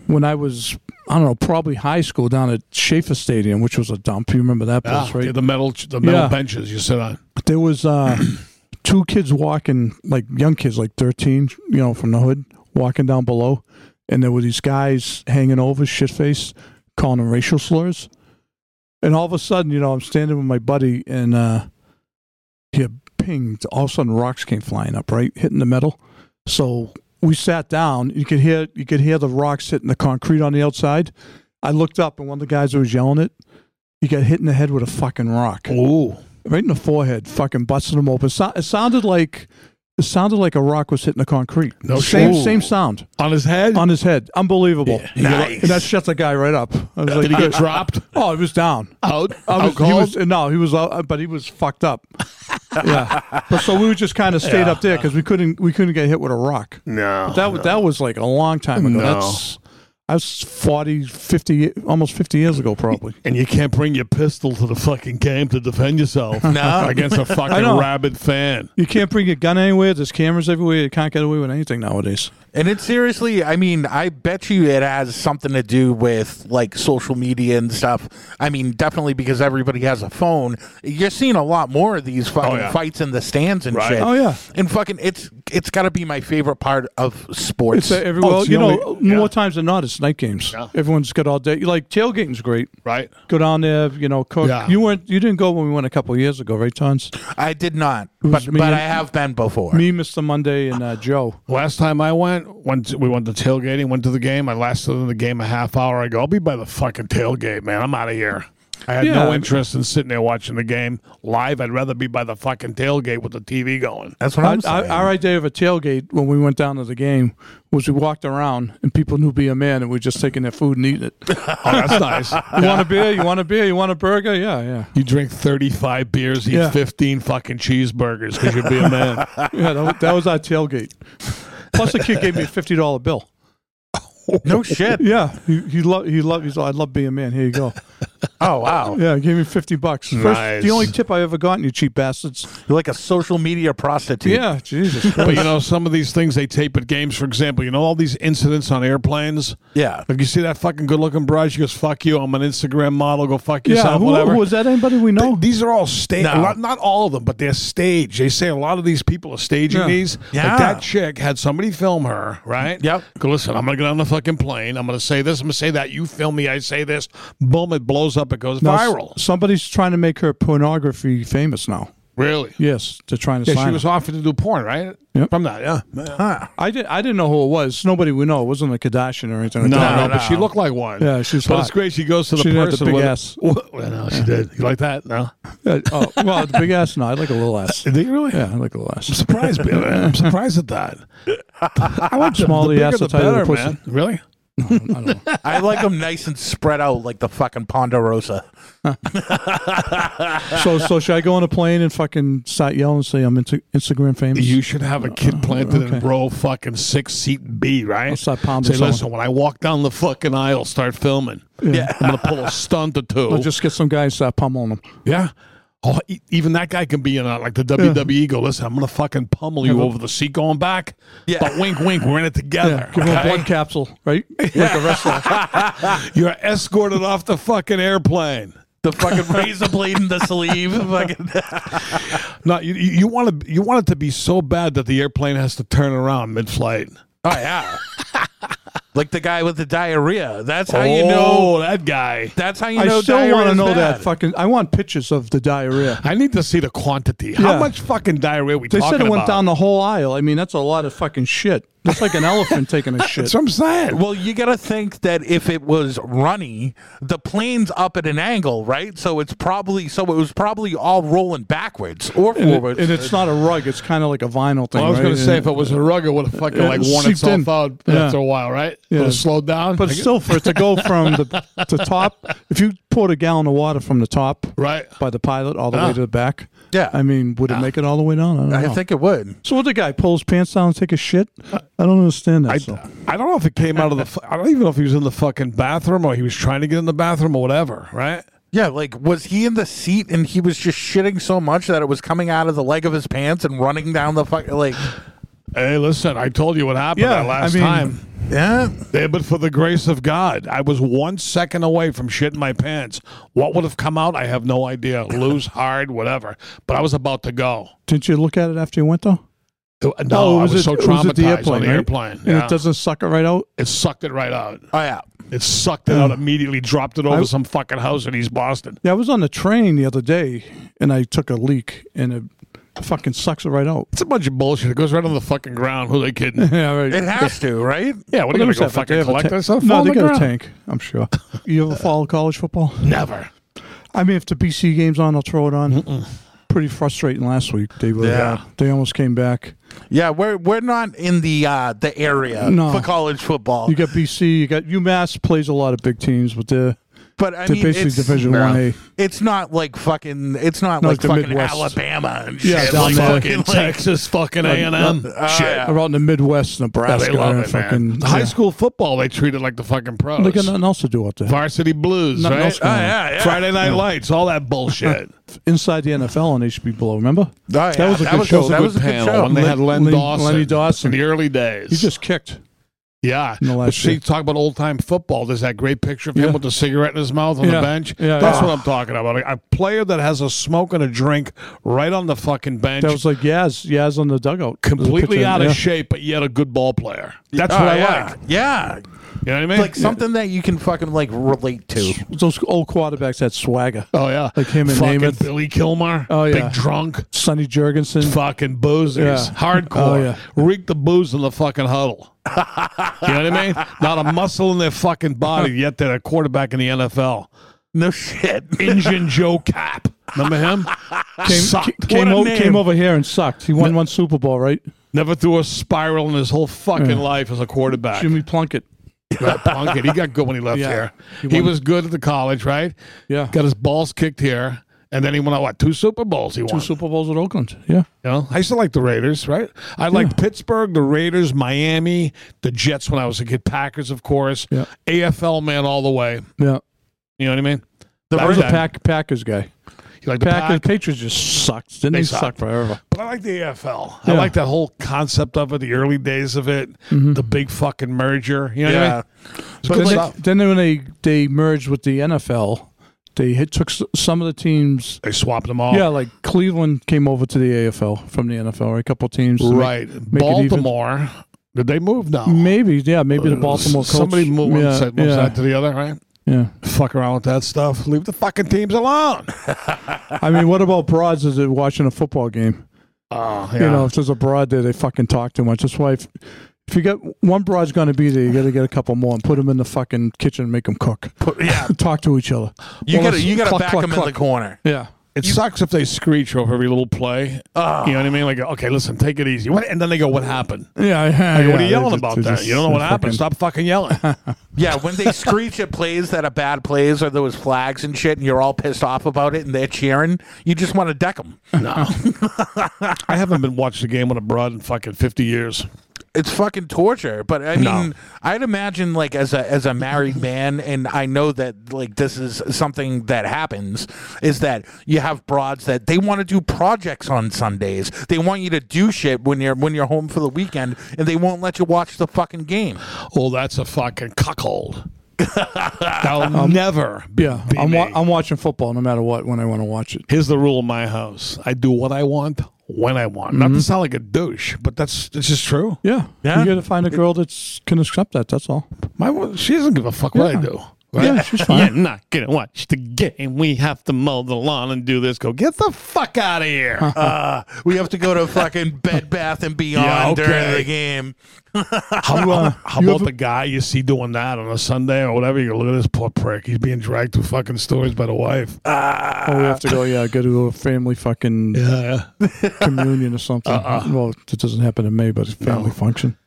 Speaker 2: when I was I don't know, probably high school down at Schaefer Stadium, which was a dump. You remember that
Speaker 9: Ah, Yeah,
Speaker 2: place, right?
Speaker 9: The metal, the metal
Speaker 2: Yeah.
Speaker 9: benches you sit on.
Speaker 2: there was uh, [clears throat] two kids walking, like young kids, like thirteen, you know, from the hood, walking down below, and there were these guys hanging over, shit faced, calling them racial slurs, and all of a sudden, you know, I'm standing with my buddy, and uh, he had pinged. All of a sudden, rocks came flying up, right, hitting the metal. So we sat down. You could hear, you could hear the rocks hitting the concrete on the outside. I looked up, and one of the guys who was yelling it, he got hit in the head with a fucking rock
Speaker 9: Ooh,
Speaker 2: right in the forehead, fucking busting them open. So, it sounded like it sounded like a rock was hitting the concrete.
Speaker 9: No
Speaker 2: same
Speaker 9: shit.
Speaker 2: same sound
Speaker 9: on his head.
Speaker 2: on his head. Unbelievable.
Speaker 10: Nice.
Speaker 2: And that shut the guy right up. I was like,
Speaker 9: Did he get dropped?
Speaker 2: oh, he was down.
Speaker 9: Out?
Speaker 2: I
Speaker 9: out
Speaker 2: was, he
Speaker 9: cold?
Speaker 2: was no, he was out, but he was fucked up. yeah, but so we just kind of stayed up there because we couldn't we couldn't get hit with a rock.
Speaker 9: no.
Speaker 2: That was that was like a long time ago.
Speaker 9: No.
Speaker 2: That's I was 40, 50, almost 50 years ago, probably.
Speaker 9: And you can't bring your pistol to the fucking game to defend [laughs] yourself
Speaker 10: No.
Speaker 9: against a fucking
Speaker 2: know.
Speaker 9: rabid fan.
Speaker 2: You can't bring your gun anywhere. There's cameras everywhere. You can't get away with anything nowadays.
Speaker 10: And it seriously, I mean, I bet you it has something to do with like social media and stuff. I mean, definitely because everybody has a phone. You're seeing a lot more of these fucking
Speaker 9: yeah.
Speaker 10: fights in the stands and
Speaker 9: Right.
Speaker 10: shit.
Speaker 2: Oh, yeah.
Speaker 10: And fucking it's it's got to be my favorite part of
Speaker 2: It's
Speaker 10: sports.
Speaker 2: uh, every, well,
Speaker 9: it's the
Speaker 2: you know,
Speaker 9: only- yeah.
Speaker 2: more times than not, it's night games.
Speaker 9: Yeah.
Speaker 2: Everyone's got all day. Like tailgating's great.
Speaker 9: Right?
Speaker 2: Go down there, you know, cook.
Speaker 9: Yeah.
Speaker 2: You weren't, you didn't go when we went a couple of years ago, right, Tons?
Speaker 10: I did not,
Speaker 2: was
Speaker 10: but
Speaker 2: me
Speaker 10: but
Speaker 2: and-
Speaker 10: I have been before.
Speaker 2: Me, Mr. Monday, and uh, Joe.
Speaker 9: Last time I went, went to- we went to tailgating, went to the game. I lasted in the game a half hour. I go, I'll be by the fucking tailgate, man. I'm out of here. I had
Speaker 2: Yeah.
Speaker 9: no interest in sitting there watching the game live. I'd rather be by the fucking tailgate with the TV going.
Speaker 10: That's what
Speaker 2: I,
Speaker 10: I'm saying.
Speaker 2: I, our idea of a tailgate when we went down to the game was we walked around and people knew be a man and we were just taking their food and eating it.
Speaker 9: Oh, that's nice.
Speaker 2: You want a beer? You want a beer? You want a burger? Yeah, yeah.
Speaker 9: You drink 35 beers, eat
Speaker 2: Yeah.
Speaker 9: 15 fucking cheeseburgers because you'd be
Speaker 2: [laughs]
Speaker 9: a man.
Speaker 2: Yeah, that, wa- that was our tailgate. Plus, the kid gave me a fifty dollar bill.
Speaker 10: no shit.
Speaker 2: Yeah, he he loved he loved. He's like, I love being a man. Here you go. [laughs]
Speaker 10: Oh wow.
Speaker 2: Yeah, he gave me fifty bucks. First,
Speaker 9: Nice.
Speaker 2: The only tip I ever gotten, you cheap bastards.
Speaker 10: You're like a social media prostitute.
Speaker 2: Yeah, Jesus. Christ.
Speaker 9: but you know, some of these things they tape at games, for example, you know, all these incidents on airplanes.
Speaker 10: Yeah.
Speaker 9: Like you see that fucking good looking broad, she goes, fuck you, I'm an Instagram model, go fuck
Speaker 2: yeah,
Speaker 9: yourself,
Speaker 2: who,
Speaker 9: whatever.
Speaker 2: was that? Anybody we know?
Speaker 9: Th- these are all stage.
Speaker 10: No.
Speaker 9: Not, not all of them, but they're staged. They say a lot of these people are staging
Speaker 2: Yeah.
Speaker 9: these.
Speaker 10: Yeah.
Speaker 9: Like that chick had somebody film her, right?
Speaker 10: Yep.
Speaker 9: Go listen. I'm gonna get on the fucking plane. I'm gonna say this. I'm gonna say that. You film me. I say this. Boom! It blows up. It goes
Speaker 2: Now, s-
Speaker 9: viral.
Speaker 2: Somebody's trying to make her pornography famous now.
Speaker 9: Really?
Speaker 2: Yes, they're trying to
Speaker 9: Yeah.
Speaker 2: sign.
Speaker 9: She
Speaker 2: her.
Speaker 9: was offered to do porn, right?
Speaker 2: Yep.
Speaker 9: From that. Yeah.
Speaker 10: Huh.
Speaker 2: I didn't. I didn't know who it was. Nobody we know. It wasn't a Kardashian or anything. Like
Speaker 9: No,
Speaker 2: that.
Speaker 9: no, but she looked like one.
Speaker 2: Yeah, she's
Speaker 9: But
Speaker 2: hot.
Speaker 9: it's great. She goes to the
Speaker 2: She didn't have the
Speaker 9: person.
Speaker 2: big
Speaker 9: with-
Speaker 2: ass.
Speaker 9: [laughs] Well, no, she did. You like that? No.
Speaker 2: Yeah, oh, well, the big ass. No, I like a little ass.
Speaker 9: Did you really?
Speaker 2: Yeah, I like a little [laughs] ass.
Speaker 9: Surprised, [laughs] man. I'm surprised at that. I
Speaker 2: [laughs]
Speaker 9: like
Speaker 2: Small the
Speaker 9: the, bigger
Speaker 2: ass,
Speaker 9: the
Speaker 2: the tighter the
Speaker 9: better,
Speaker 2: pussy.
Speaker 9: man. Really?
Speaker 10: I like them nice and spread out like the fucking Ponderosa.
Speaker 2: [laughs] So, so should I go on a plane and fucking start yelling and say I'm into Instagram famous?
Speaker 9: You should have a kid planted
Speaker 2: Oh, okay.
Speaker 9: in row fucking six seat B, right?
Speaker 2: I'll start pounding
Speaker 9: Say,
Speaker 2: someone.
Speaker 9: listen, when I walk down the fucking aisle, start filming.
Speaker 10: Yeah.
Speaker 9: I'm gonna pull a stunt or
Speaker 2: [laughs]
Speaker 9: 2
Speaker 2: I'll just get some guy and start pummeling them.
Speaker 9: yeah. Oh, e- even that guy can be in a, like the WWE. Go, listen, I'm gonna fucking pummel you over the seat going back.
Speaker 10: Yeah.
Speaker 9: But wink, wink, we're in it together.
Speaker 2: Give him a
Speaker 9: okay?
Speaker 2: blood capsule, right? Like a wrestler.
Speaker 9: You're escorted off the fucking airplane.
Speaker 10: The fucking razor blade in the [laughs] sleeve. Fucking
Speaker 9: No, you, you you want to you want it to be so bad that the airplane has to turn around mid-flight.
Speaker 10: Oh yeah. like the guy with the diarrhea. That's how you know.
Speaker 9: Oh, that guy.
Speaker 10: That's how you know.
Speaker 2: I still want
Speaker 10: diarrhea
Speaker 2: to
Speaker 10: is
Speaker 2: know that
Speaker 10: bad.
Speaker 2: fucking. I want pictures of the diarrhea.
Speaker 9: [laughs] I need to see the quantity. How
Speaker 2: Yeah.
Speaker 9: much fucking diarrhea we
Speaker 2: They
Speaker 9: talking
Speaker 2: said it went
Speaker 9: about?
Speaker 2: down the whole aisle. I mean, that's a lot of fucking shit. That's like an elephant taking a shit.
Speaker 9: That's what I'm saying.
Speaker 10: Well, you got to think that if it was runny, the plane's up at an angle, right? So it's probably so it was probably all rolling backwards or
Speaker 2: And, it-
Speaker 10: forwards.
Speaker 2: and it's not a rug. It's kind of like a vinyl thing.
Speaker 9: Well, I was
Speaker 2: right?
Speaker 9: going to say
Speaker 2: And-
Speaker 9: if it was a rug, it would have fucking
Speaker 2: Yeah,
Speaker 9: like
Speaker 2: it
Speaker 9: worn
Speaker 2: seeped
Speaker 9: itself
Speaker 2: in.
Speaker 9: out
Speaker 2: Yeah.
Speaker 9: after a while, right?
Speaker 2: Yeah.
Speaker 9: Would have slowed down.
Speaker 2: But
Speaker 9: I guess-
Speaker 2: still, for it to go from the, the top, if you poured a gallon of water from the top
Speaker 9: right. Uh-huh.
Speaker 2: by the pilot all the
Speaker 9: Yeah. Uh-huh.
Speaker 2: way to the back,
Speaker 10: Yeah.
Speaker 2: I mean, would it make it all the way down? I don't
Speaker 10: I
Speaker 2: know.
Speaker 10: think it would.
Speaker 2: so what the guy pulls pants down and take a shit? I don't understand that.
Speaker 9: I,
Speaker 2: so.
Speaker 9: I don't know if it came out of the. fu- I don't even know if he was in the fucking bathroom or he was trying to get in the bathroom or whatever, right?
Speaker 10: Yeah, like was he in the seat and he was just shitting so much that it was coming out of the leg of his pants and running down the fucking like
Speaker 9: Hey, listen, I told you what happened
Speaker 2: Yeah,
Speaker 9: that
Speaker 2: I
Speaker 9: last
Speaker 2: mean-
Speaker 9: time.
Speaker 10: yeah.
Speaker 9: Yeah, but for the grace of God, I was one second away from shitting my pants. What would have come out, I have no idea. Loose, hard, whatever. But I was about to go.
Speaker 2: Didn't you look at it after you went though? Oh,
Speaker 9: No, I Oh, was
Speaker 2: it-
Speaker 9: so
Speaker 2: it
Speaker 9: traumatized
Speaker 2: at
Speaker 9: on the
Speaker 2: right?
Speaker 9: airplane.
Speaker 2: and
Speaker 9: Yeah.
Speaker 2: it doesn't suck it right out.
Speaker 9: it sucked it right out.
Speaker 10: Oh yeah.
Speaker 9: It sucked it out immediately, dropped it over
Speaker 2: I-
Speaker 9: some fucking house in East Boston.
Speaker 2: Yeah, I was on the train the other day and I took a leak and it fucking sucks it right out. [laughs]
Speaker 9: It's a bunch of bullshit. It goes right on the fucking ground. Who are they kidding? [laughs]
Speaker 2: Yeah, right.
Speaker 10: It has to, right?
Speaker 9: yeah, what
Speaker 2: Well, they
Speaker 9: are you gonna go
Speaker 2: must have- they
Speaker 9: fucking
Speaker 2: have a
Speaker 9: collect
Speaker 2: ta-
Speaker 9: that stuff?
Speaker 2: No,
Speaker 9: on
Speaker 2: they
Speaker 9: the
Speaker 2: got
Speaker 9: ground?
Speaker 2: a tank. I'm
Speaker 9: [laughs]
Speaker 2: sure. You ever follow college football?
Speaker 9: Never.
Speaker 2: I mean, if the BC game's on, I'll throw it on. Pretty frustrating last week. They were,
Speaker 10: Yeah.
Speaker 2: they almost came back.
Speaker 10: Yeah, we're we're not in the uh the area
Speaker 2: No.
Speaker 10: for college football.
Speaker 2: You got BC. You got UMass plays a lot of big teams, but they're
Speaker 10: but I
Speaker 2: they're
Speaker 10: mean,
Speaker 2: basically
Speaker 10: it's,
Speaker 2: Division
Speaker 10: yeah.
Speaker 2: 1A.
Speaker 10: It's not like fucking. It's not
Speaker 2: No,
Speaker 10: like
Speaker 2: it's the
Speaker 10: fucking
Speaker 2: Midwest.
Speaker 10: Alabama and
Speaker 2: Yeah,
Speaker 10: shit.
Speaker 2: down
Speaker 10: like,
Speaker 2: there.
Speaker 10: fucking,
Speaker 9: Fucking
Speaker 10: like-
Speaker 9: Texas, fucking A and M.
Speaker 10: uh,
Speaker 9: Shit.
Speaker 10: yeah.
Speaker 2: they're out in the Midwest,
Speaker 9: Yeah,
Speaker 2: Nebraska.
Speaker 9: they love
Speaker 2: and
Speaker 9: it,
Speaker 2: fucking,
Speaker 9: man. High
Speaker 2: yeah.
Speaker 9: school football, they treat it like uh, the fucking pros.
Speaker 2: They got nothing else to do out there.
Speaker 9: Varsity Blues,
Speaker 2: Nothing
Speaker 9: right?
Speaker 2: else going on. Oh, yeah,
Speaker 10: yeah.
Speaker 9: Friday Night Lights, all that [laughs] bullshit.
Speaker 2: Inside the NFL on HB Below, remember?
Speaker 9: Oh,
Speaker 10: yeah,
Speaker 2: that was a
Speaker 10: that
Speaker 2: good
Speaker 10: was-
Speaker 2: show.
Speaker 10: that was a good show.
Speaker 9: When they had Len,
Speaker 2: Len-
Speaker 9: Dawson,
Speaker 2: Lenny Dawson.
Speaker 9: in the early days.
Speaker 2: He just kicked.
Speaker 9: yeah.
Speaker 2: in the last
Speaker 9: But see,
Speaker 2: year.
Speaker 9: talk about old time football. There's that great picture of him
Speaker 2: Yeah.
Speaker 9: with the cigarette in his mouth on the
Speaker 2: Yeah.
Speaker 9: bench.
Speaker 2: Yeah,
Speaker 9: That's
Speaker 2: yeah.
Speaker 9: what I'm talking about. A a player that has a smoke and a drink right on the fucking bench.
Speaker 2: That was like Yaz, Yaz on the dugout. There's a
Speaker 9: completely
Speaker 2: picture,
Speaker 9: out
Speaker 2: yeah.
Speaker 9: of shape, but yet a good ball player. That's
Speaker 10: Oh,
Speaker 9: what I
Speaker 10: yeah.
Speaker 9: like.
Speaker 10: Yeah,
Speaker 9: You know what I mean?
Speaker 10: like something that you can fucking like relate to.
Speaker 2: Those old quarterbacks had swagger.
Speaker 9: Oh yeah,
Speaker 2: Like him and
Speaker 9: fucking
Speaker 2: Namath.
Speaker 9: Billy Kilmer.
Speaker 2: Oh, yeah.
Speaker 9: big drunk.
Speaker 2: Sonny Jurgensen.
Speaker 9: fucking boozers,
Speaker 2: Yeah.
Speaker 9: hardcore.
Speaker 2: Oh, yeah.
Speaker 9: Reek the booze in the fucking huddle. you know what I mean? Not a muscle in their fucking body, yet they're a quarterback in the NFL.
Speaker 10: No shit.
Speaker 9: Engine Joe Cap. Remember him?
Speaker 2: Came,
Speaker 9: Sucked.
Speaker 2: came,
Speaker 9: What a
Speaker 2: over,
Speaker 9: name.
Speaker 2: came over here and sucked. He won one Super Bowl, right?
Speaker 9: Never threw a spiral in his whole fucking life as a quarterback.
Speaker 2: Jimmy Plunkett.
Speaker 9: Matt Plunkett. He got good when he left
Speaker 2: Yeah.
Speaker 9: here.
Speaker 2: He
Speaker 9: He,
Speaker 2: won-
Speaker 9: was good at the college, right?
Speaker 2: Yeah.
Speaker 9: Got his balls kicked here. And then he went on what? Two Super Bowls he
Speaker 2: Two
Speaker 9: won.
Speaker 2: Super Bowls at Oakland. Yeah.
Speaker 9: you know? I used to like the Raiders, right? I liked Pittsburgh, the Raiders, Miami, the Jets when I was a kid, Packers, of course.
Speaker 2: Yeah.
Speaker 9: AFL man all the way.
Speaker 2: Yeah.
Speaker 9: You know what I mean?
Speaker 2: The
Speaker 9: Back
Speaker 2: was a
Speaker 9: then.
Speaker 2: Pack, Packers guy.
Speaker 9: You like the
Speaker 2: Packers,
Speaker 9: Pack?
Speaker 2: Patriots just sucked. Didn't they,
Speaker 9: They
Speaker 2: suck
Speaker 9: sucked.
Speaker 2: forever?
Speaker 9: But I like the AFL. I
Speaker 2: Yeah. Mm-hmm.
Speaker 9: like that whole concept of it, the early days of it, the big fucking merger. You know what I
Speaker 10: Yeah.
Speaker 9: mean? It's
Speaker 2: But
Speaker 9: good
Speaker 2: then,
Speaker 9: stuff.
Speaker 2: they, then when they, they merged with the NFL, they had, took s- some of the teams.
Speaker 9: They swapped them all.
Speaker 2: Yeah, like Cleveland came over to the AFL from the NFL, right? A couple teams. to make-
Speaker 9: right.
Speaker 2: make it
Speaker 9: Baltimore. Did they move now?
Speaker 2: even. Maybe, yeah, maybe the Baltimore Colts.
Speaker 9: Oh. Uh, Somebody move one
Speaker 2: yeah,
Speaker 9: side, moves
Speaker 2: yeah,
Speaker 9: that to the other, right?
Speaker 2: yeah.
Speaker 9: Fuck around with that stuff. Leave the fucking teams alone.
Speaker 2: I mean, what about broads? Is it watching a football game?
Speaker 9: Oh, yeah.
Speaker 2: You know, if there's a broad there, they fucking talk too much. That's why if, if you get one broad's going to be there, you got to get a couple more and put them in the fucking kitchen and make them cook.
Speaker 10: yeah.
Speaker 2: [laughs] talk to each other.
Speaker 10: You
Speaker 2: Well,
Speaker 10: gotta
Speaker 2: let's
Speaker 10: you gotta
Speaker 2: cluck,
Speaker 10: back
Speaker 2: cluck,
Speaker 10: him in
Speaker 2: cluck.
Speaker 10: the corner.
Speaker 2: Yeah.
Speaker 9: it sucks if they screech over every little play. you know what I mean? Like, okay, listen, take it easy. What, and then they go, what happened?
Speaker 2: Yeah. yeah,
Speaker 9: Like, what are
Speaker 2: yeah,
Speaker 9: you yelling
Speaker 2: they're
Speaker 9: about
Speaker 2: just-
Speaker 9: that?
Speaker 2: they're
Speaker 9: you don't know
Speaker 2: just-
Speaker 9: what
Speaker 2: they're
Speaker 9: happened.
Speaker 2: fucking-
Speaker 9: Stop
Speaker 2: [laughs]
Speaker 9: fucking yelling.
Speaker 10: Yeah, when they screech at plays that are bad plays or those flags and shit, and you're all pissed off about it, and they're cheering, you just want to deck them.
Speaker 9: no. I haven't been watching the game on abroad in fucking 50 years.
Speaker 10: It's fucking torture. But I mean,
Speaker 9: No.
Speaker 10: I'd imagine like as a as a married man, and I know that like this is something that happens is that you have broads that they want to do projects on Sundays. They want you to do shit when you're when you're home for the weekend, and they won't let you watch the fucking game.
Speaker 9: Oh, that's a fucking
Speaker 2: [laughs]
Speaker 9: cuckold. That'll never be,
Speaker 2: Um, Yeah.
Speaker 9: be
Speaker 2: I'm, wa-
Speaker 9: me.
Speaker 2: I'm watching football no matter what when I want to watch it.
Speaker 9: Here's the rule in my house. I do what I want when I want.
Speaker 2: Mm-hmm.
Speaker 9: Not to sound like a douche, but that's this is true.
Speaker 2: Yeah.
Speaker 10: Yeah.
Speaker 2: You got to find a girl that's can accept that. That's all.
Speaker 9: My wo- she doesn't give a fuck what I do. Right?
Speaker 2: Yeah, she's fine.
Speaker 9: You're not gonna watch the game. We have to mow the lawn and do this. Go get the fuck out
Speaker 2: [laughs]
Speaker 9: of here.
Speaker 10: Uh, we have to go to fucking Bed Bath and Beyond during
Speaker 9: okay.
Speaker 10: the game.
Speaker 9: [laughs] how
Speaker 10: uh,
Speaker 9: about, how
Speaker 2: you
Speaker 9: about
Speaker 2: ever-
Speaker 9: the guy you see doing that on a Sunday or whatever? You go, look at this poor prick. He's being dragged through fucking stories by the wife.
Speaker 10: Uh,
Speaker 2: Oh, we have to go. Yeah, go to a family fucking
Speaker 9: Uh, [laughs] yeah. Uh-uh.
Speaker 2: communion or something. Well, it doesn't happen in May, but it's family
Speaker 9: [laughs]
Speaker 2: function.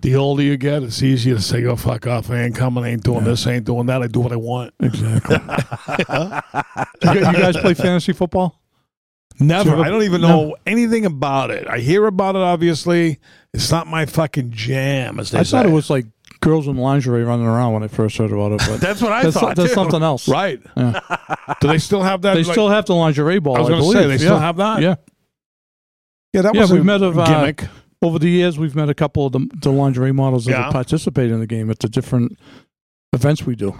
Speaker 9: the older you get, it's easier to say, "Go fuck off! I ain't coming. I ain't doing this. I ain't doing that. I do what I want."
Speaker 2: Exactly. you, you guys [laughs] play fantasy football?
Speaker 9: Never.
Speaker 2: Sure.
Speaker 9: I don't even know anything about it. I hear about it. Obviously, it's not my fucking jam. As they
Speaker 2: I thought
Speaker 9: say.
Speaker 2: it was like girls in lingerie running around when I first heard about it.
Speaker 9: [laughs]
Speaker 2: But
Speaker 10: That's what I
Speaker 2: that's,
Speaker 10: thought.
Speaker 2: that's
Speaker 10: too.
Speaker 2: something else.
Speaker 9: right. [laughs] do they still have that?
Speaker 2: They
Speaker 9: like-
Speaker 2: still have the lingerie ball.
Speaker 9: I was going to
Speaker 2: believe.
Speaker 9: say they still
Speaker 2: Yeah.
Speaker 9: have that.
Speaker 2: Yeah.
Speaker 9: yeah. That
Speaker 2: Yeah,
Speaker 9: was
Speaker 2: we
Speaker 9: a
Speaker 2: met of, uh,
Speaker 9: gimmick.
Speaker 2: over the years we've met a couple of the, the lingerie models that
Speaker 9: Yeah.
Speaker 2: have participate in the game at the different events we do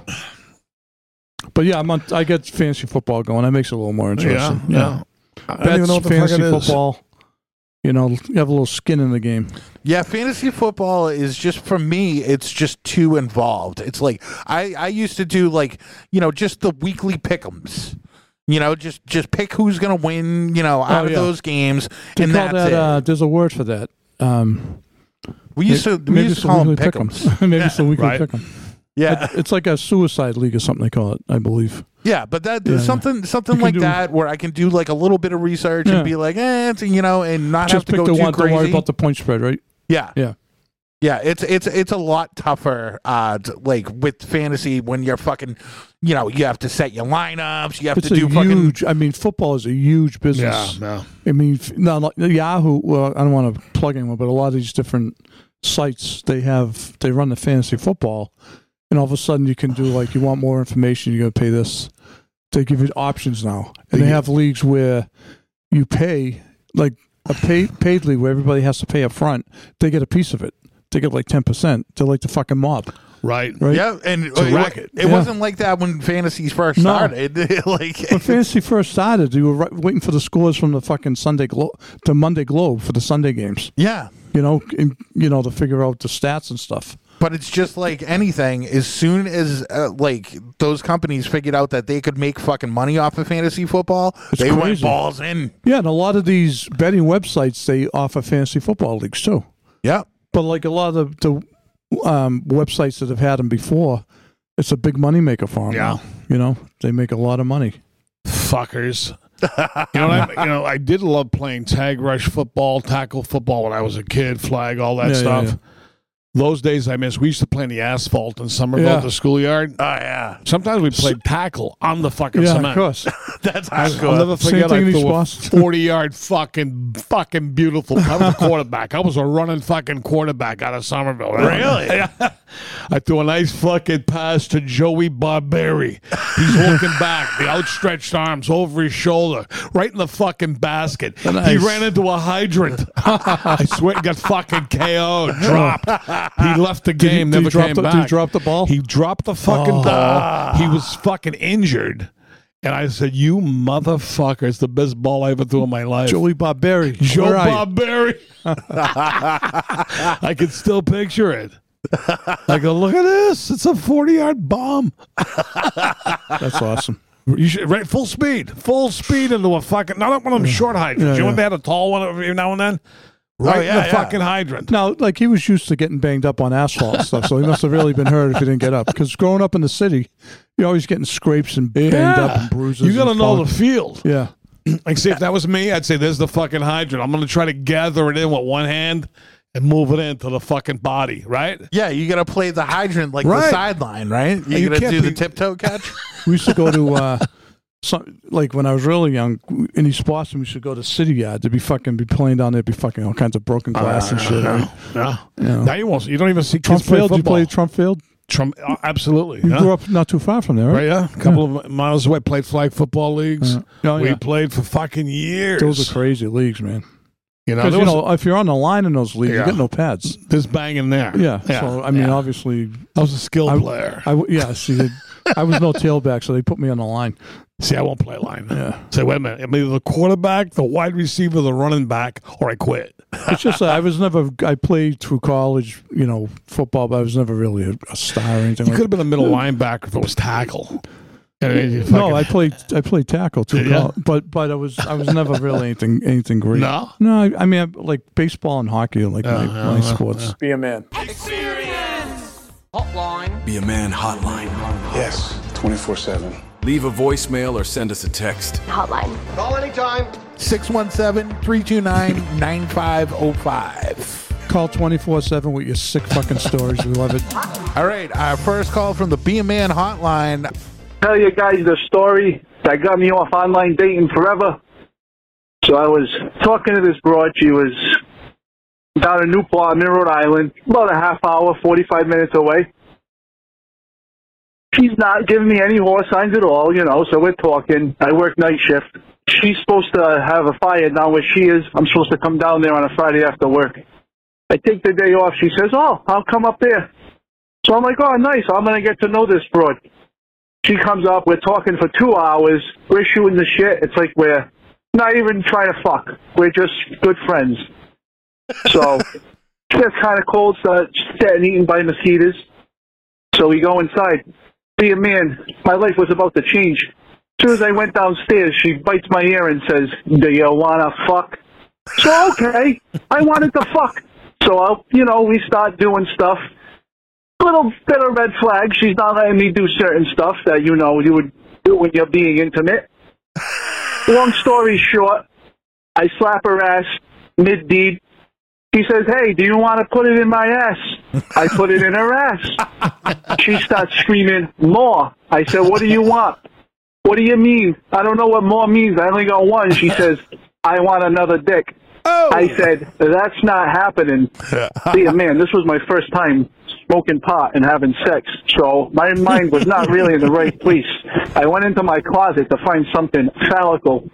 Speaker 2: but yeah i'm on i get fantasy football going that makes it a little more
Speaker 9: yeah,
Speaker 2: interesting
Speaker 9: yeah. I
Speaker 2: that's
Speaker 9: don't even know what the fuck
Speaker 2: fantasy
Speaker 9: it is.
Speaker 2: football you know you have a little skin in the game
Speaker 10: Yeah, fantasy football is just for me. It's just too involved. It's like I I used to do like you know just the weekly pickems. You know, just just pick who's gonna win. You know, out of
Speaker 2: Oh, yeah.
Speaker 10: those games,
Speaker 2: they
Speaker 10: and
Speaker 2: call
Speaker 10: that's
Speaker 2: that
Speaker 10: it.
Speaker 2: uh, there's a word for that um
Speaker 10: we used to we
Speaker 2: maybe
Speaker 10: used
Speaker 2: it's
Speaker 10: to
Speaker 2: a
Speaker 10: call them
Speaker 2: weekly
Speaker 10: pickems.
Speaker 2: pick'em. maybe it's a weekly
Speaker 9: right.
Speaker 2: pick'em.
Speaker 10: [laughs] Yeah,
Speaker 2: it's like a suicide league or something they call it i believe
Speaker 10: yeah, but that
Speaker 2: Yeah.
Speaker 10: something
Speaker 2: You
Speaker 10: something
Speaker 2: can
Speaker 10: like
Speaker 2: do-
Speaker 10: that where I can do like a little bit of research
Speaker 2: Yeah.
Speaker 10: and be like, eh, it's, you know, and not
Speaker 2: just
Speaker 10: have to
Speaker 2: pick
Speaker 10: go
Speaker 2: the
Speaker 10: too
Speaker 2: one
Speaker 10: crazy.
Speaker 2: don't worry about the point spread right
Speaker 10: yeah,
Speaker 2: yeah
Speaker 10: Yeah, it's it's it's a lot tougher, uh, t- like with fantasy when you're fucking, you know, you have to set your lineups, you have
Speaker 2: it's
Speaker 10: to
Speaker 2: a
Speaker 10: do fucking.
Speaker 2: huge i mean football is a huge
Speaker 9: Yeah,
Speaker 2: business
Speaker 9: no.
Speaker 2: I mean, f- no, like Yahoo. Well, I don't want to plug anyone, but a lot of these different sites they have they run the fantasy football, and all of a sudden you can do like you want more information, you got to pay this. They give you options now, and they have leagues where you pay like a pay, paid league where everybody has to pay up front. They get a piece of it. They get like ten percent. They're like the fucking mob,
Speaker 9: Right.
Speaker 2: right?
Speaker 10: Yeah,
Speaker 9: a
Speaker 10: and it, wa-
Speaker 9: racket.
Speaker 10: it
Speaker 2: Yeah.
Speaker 10: wasn't like that when fantasies first
Speaker 2: No.
Speaker 10: started. [laughs] like,
Speaker 2: When fantasy first started, you were right, waiting for the scores from the fucking Sunday Globe, the Monday Globe for the Sunday games.
Speaker 10: yeah,
Speaker 2: you know, in, you know, to figure out the stats and stuff.
Speaker 10: but it's just like anything. As soon as uh, like those companies figured out that they could make fucking money off of fantasy football, they went
Speaker 2: crazy.
Speaker 10: balls in.
Speaker 2: Yeah, and a lot of these betting websites they offer fantasy football leagues too.
Speaker 10: Yeah,
Speaker 2: But like a lot of the, the um, websites that have had them before, it's a big moneymaker for them.
Speaker 9: Yeah.
Speaker 2: now. you know they make a lot of money.
Speaker 9: fuckers. you know, what I, you know, I did love playing tag rush football, tackle football when I was a kid, flag, all that
Speaker 2: Yeah, yeah,
Speaker 9: stuff.
Speaker 2: yeah.
Speaker 9: Those days I miss. We used to play in the asphalt in Somerville
Speaker 2: Yeah.
Speaker 9: at the schoolyard.
Speaker 10: Oh yeah,
Speaker 9: Sometimes we played tackle on the fucking
Speaker 2: yeah,
Speaker 9: cement.
Speaker 2: of course.
Speaker 10: that's
Speaker 9: I,
Speaker 10: hardcore.
Speaker 9: will never
Speaker 2: Same
Speaker 9: forget
Speaker 2: thing
Speaker 9: I
Speaker 2: in East
Speaker 9: threw a [laughs]
Speaker 2: Boston.
Speaker 9: forty yard fucking fucking beautiful. I was a quarterback. I was a running fucking quarterback out of Somerville.
Speaker 10: Really?
Speaker 9: Yeah. [laughs] I threw a nice fucking pass to Joey Barberi. He's looking back, the outstretched arms over his shoulder, right in the fucking basket. He
Speaker 2: Nice.
Speaker 9: ran into a
Speaker 2: [laughs]
Speaker 9: hydrant. I swear, he got fucking KO'd, [laughs] dropped. He left the
Speaker 2: he-
Speaker 9: game,
Speaker 2: did he
Speaker 9: never
Speaker 2: drop
Speaker 9: came
Speaker 2: the- did
Speaker 9: back.
Speaker 2: he drop the ball? Oh.
Speaker 9: He dropped the fucking ball. He was fucking injured. And I said, "You motherfucker! It's the best ball I ever threw in my life."
Speaker 2: Joey Barberi.
Speaker 9: [laughs] Joe
Speaker 2: where are you?
Speaker 9: Bob Berry. [laughs] I can still picture it. I go, look at this! It's a forty-yard bomb.
Speaker 2: That's awesome.
Speaker 9: You should right full speed, full speed into a fucking. Not one of them short hydrants.
Speaker 2: Yeah, Oh,
Speaker 9: you know when
Speaker 2: yeah.
Speaker 9: they had a tall one every now and then, right in
Speaker 10: yeah,
Speaker 9: the
Speaker 10: yeah.
Speaker 9: fucking hydrant.
Speaker 2: Now, like he was used to getting banged up on asphalt and stuff, so he must have really been hurt if he didn't get up. Because growing up in the city, you're always getting scrapes and banged up and bruises.
Speaker 9: You got to
Speaker 2: and
Speaker 9: know
Speaker 2: falling.
Speaker 9: the field.
Speaker 2: yeah.
Speaker 9: Like, see, if that was me, I'd say, there's the fucking hydrant. I'm going to try to gather it in with one hand and move it into the fucking body, right?
Speaker 10: yeah, you got to play the hydrant like
Speaker 9: Right.
Speaker 10: the sideline, right? You,
Speaker 9: you
Speaker 10: got to
Speaker 9: can't
Speaker 10: do
Speaker 9: be-
Speaker 10: the tiptoe catch.
Speaker 2: We used to go to uh, some like when I was really young in East Boston. We should go to City Yard to be fucking be playing down there, be fucking all kinds of broken glass and shit.
Speaker 9: Ah, No.
Speaker 2: Yeah.
Speaker 9: Now you won't. You don't even see
Speaker 2: Trump
Speaker 9: kids play
Speaker 2: Field,
Speaker 9: football.
Speaker 2: you played Trump Field.
Speaker 9: Trump, uh, absolutely.
Speaker 2: You
Speaker 9: yeah.
Speaker 2: grew up not too far from there, right?
Speaker 9: Right, yeah. A couple of miles away, played flag football leagues.
Speaker 2: Yeah. Oh,
Speaker 9: we
Speaker 2: yeah.
Speaker 9: played for fucking years.
Speaker 2: Those are crazy leagues, man.
Speaker 9: you know,
Speaker 2: Because
Speaker 9: there
Speaker 2: you
Speaker 9: was-
Speaker 2: know, if you're on the line in those leagues,
Speaker 9: Yeah.
Speaker 2: you get no pads.
Speaker 9: there's banging there.
Speaker 2: Yeah. So I mean,
Speaker 9: yeah.
Speaker 2: obviously,
Speaker 9: I was a skill
Speaker 2: I-
Speaker 9: player.
Speaker 2: I w- yeah. See, they- I was no tailback, so they put me on the line.
Speaker 9: see, I won't play line.
Speaker 2: Yeah.
Speaker 9: Say, wait a minute. I'm either the quarterback, the wide receiver, the running back, or I quit.
Speaker 2: It's just that I was never. I played through college, you know, football, but I was never really a, a star or anything.
Speaker 9: You
Speaker 2: Like
Speaker 9: could have been a middle linebacker if it was tackle. I mean, you
Speaker 2: no,
Speaker 9: fucking-
Speaker 2: I
Speaker 9: [laughs]
Speaker 2: played. I played tackle too,
Speaker 9: Did ya?
Speaker 2: but but I was I was never really anything anything great.
Speaker 9: No?
Speaker 2: no. I, I mean, I, like baseball and hockey, are, like my,
Speaker 9: yeah,
Speaker 2: my
Speaker 9: yeah,
Speaker 2: sports. Be a man.
Speaker 3: Be a man hotline. Yes, 24 7. Leave a voicemail or send us a text.
Speaker 5: Hotline.
Speaker 10: 617-329-9505.
Speaker 2: Call twenty four seven with your sick fucking stories. We love it.
Speaker 10: All right, our first call from the Be a Man hotline.
Speaker 7: tell you guys the story that got me off online dating forever. So I was talking to this broad. She was down in Newport, I'm in Rhode Island, about a half hour, 45 minutes away. She's not giving me any horse signs at all, you know, so we're talking. I work night shift. She's supposed to have a fire down where she is. I'm supposed to come down there on a Friday after work. I take the day off. She says, oh, I'll come up there. So I'm like, oh, nice. I'm going to get to know this broad. She comes up, we're talking for two hours, we're shooting the shit. It's like we're not even trying to fuck. We're just good friends. So she gets kind of cold, starts getting eaten by mosquitoes. So we go inside. Be a man, my life was about to change. As soon as I went downstairs, she bites my ear and says, Do you wanna fuck? So okay, I wanted to fuck. So I'll, you know, we start doing stuff little bit of red flag. She's not letting me do certain stuff that you know you would do when you're being intimate. Long story short, I slap her ass mid deed. She says, "Hey, do you want to put it in my ass?" I put it in her ass. She starts screaming, "More!" I said, "What do you want?" What do you mean? I don't know what more means. I only got one. She says, "I want another dick." I said, "That's not happening." See, man, this was my first time smoking pot and having sex, so my mind was not really in the right place. I went into my closet to find something phallical.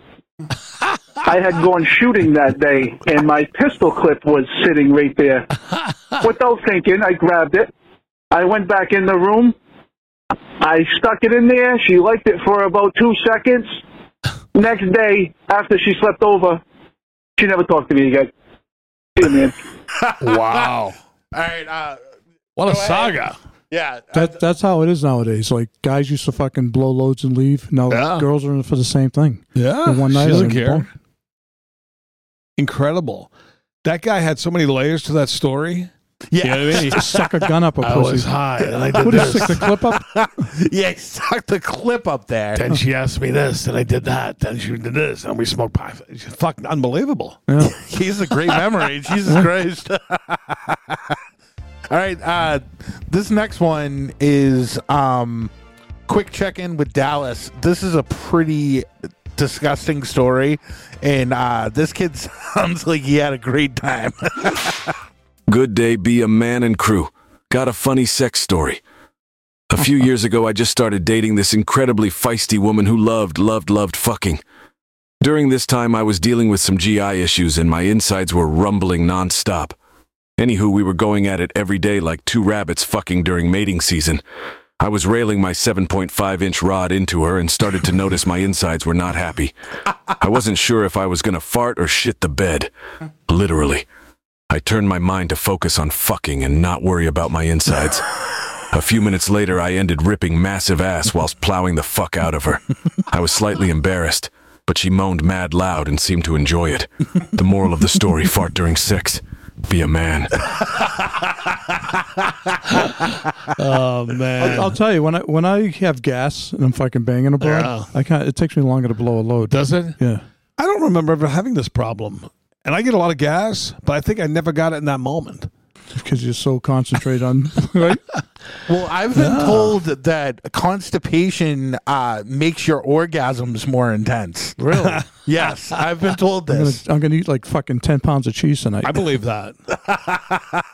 Speaker 7: I had gone shooting that day, and my pistol clip was sitting right there. Without thinking, I grabbed it. I went back in the room. I stuck it in there. She liked it for about two seconds. Next day, after she slept over, she never talked to me again. See you, man.
Speaker 9: [laughs] wow.
Speaker 10: All right, uh,
Speaker 9: What a
Speaker 10: ahead.
Speaker 9: saga.
Speaker 10: yeah. uh,
Speaker 2: That that's how it is nowadays. Like guys used to fucking blow loads and leave. Now
Speaker 9: Yeah.
Speaker 2: girls are in for the same thing.
Speaker 9: Yeah.
Speaker 2: The one
Speaker 9: she
Speaker 2: night
Speaker 9: doesn't
Speaker 2: and
Speaker 9: care.
Speaker 2: boom.
Speaker 9: Incredible. That guy had so many layers to that story.
Speaker 10: Yeah,
Speaker 2: You know what I
Speaker 9: [laughs]
Speaker 2: mean? Suck a gun up a
Speaker 9: I
Speaker 2: pussy.
Speaker 9: was high. And I did
Speaker 2: What is
Speaker 9: this.
Speaker 2: sick, the clip up?
Speaker 10: [laughs]
Speaker 9: [laughs]
Speaker 10: yeah, he stuck the clip up there.
Speaker 9: Then she asked me this, and I did that. Then she did this, and we smoked pipe. It's Fucking unbelievable.
Speaker 10: He's a great [laughs] memory. Jesus Christ. All right. Uh, this next one is um, quick check in with Dallas. This is a pretty disgusting story. And uh, this kid [laughs] sounds like he had a great time.
Speaker 3: Good day, be a man and crew. Got a funny sex story. A few years ago, I just started dating this incredibly feisty woman who loved, loved, loved fucking. During this time, I was dealing with some GI issues and my insides were rumbling nonstop. Anywho, we were going at it every day like two rabbits fucking during mating season. I was railing my 7.5 inch rod into her and started to notice my insides were not happy. I wasn't sure if I was gonna fart or shit the bed. Literally. I turned my mind to focus on fucking and not worry about my insides. A few minutes later, I ended ripping massive ass whilst plowing the fuck out of her. I was slightly embarrassed, but she moaned mad loud and seemed to enjoy it. The moral of the story fart during sex. Be a man.
Speaker 9: oh man!
Speaker 2: I'll, I'll tell you when I when I have gas and I'm fucking banging a bar,
Speaker 9: Yeah.
Speaker 2: I can't. It takes me longer to blow a load.
Speaker 9: Does it?
Speaker 2: Yeah.
Speaker 9: I don't remember ever having this problem, and I get a lot of gas, but I think I never got it in that moment.
Speaker 2: Because you're so concentrated on [laughs] right.
Speaker 10: Well, I've been told that constipation uh, makes your orgasms more intense.
Speaker 9: Really?
Speaker 10: yes, I've been told
Speaker 2: I'm gonna, [laughs]
Speaker 10: this.
Speaker 2: I'm gonna eat like fucking ten pounds of cheese tonight.
Speaker 9: I believe [laughs] that.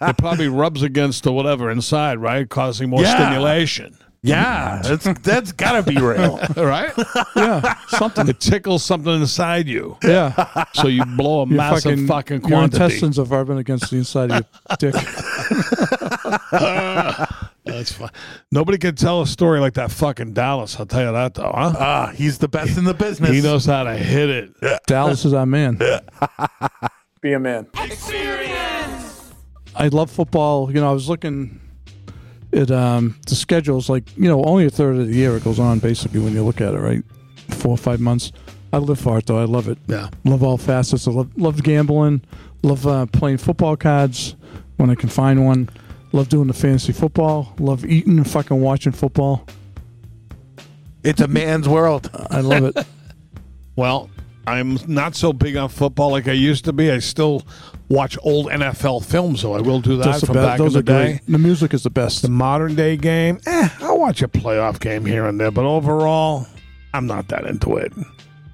Speaker 9: it probably rubs against the whatever inside, right, causing more
Speaker 10: Yeah.
Speaker 9: stimulation.
Speaker 10: Yeah, that's that's gotta be real.
Speaker 9: [laughs] Right?
Speaker 2: yeah, something.
Speaker 9: It tickles something inside you, [laughs]
Speaker 2: Yeah,
Speaker 9: so you blow a
Speaker 2: Your
Speaker 9: massive fucking,
Speaker 2: your
Speaker 9: quantity.
Speaker 2: intestines are rubbing against the inside of your dick.
Speaker 9: [laughs] Uh, That's fine. Nobody can tell a story like that fucking Dallas. I'll tell you that though, huh?
Speaker 10: Ah, he's the best in the business.
Speaker 9: He knows how to hit it.
Speaker 2: Dallas is our man.
Speaker 7: [laughs] Be a man.
Speaker 2: I love football. You know, I was looking at um, the schedules. Like, you know, only a third of the year it goes on, basically, when you look at it, right? Four or five months. I live for it, though. I love it.
Speaker 9: Yeah.
Speaker 2: Love all facets. I love, love gambling. Love uh, playing football cards when I can find one. Love doing the fantasy football. Love eating and fucking watching football.
Speaker 10: It's a man's world.
Speaker 2: I love
Speaker 9: [laughs]
Speaker 2: it.
Speaker 9: Well, I'm not so big on football like I used to be. I still watch old NFL films, though. I will do that
Speaker 2: That's the
Speaker 9: from
Speaker 2: best.
Speaker 9: back in
Speaker 2: Those
Speaker 9: the
Speaker 2: are
Speaker 9: day.
Speaker 2: great. The music is the best.
Speaker 9: The modern day game, eh, I'll watch a playoff game here and there, but overall, I'm not that into it.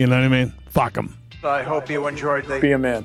Speaker 9: You know what I mean? Fuck them.
Speaker 7: I hope you enjoyed the. Be a man.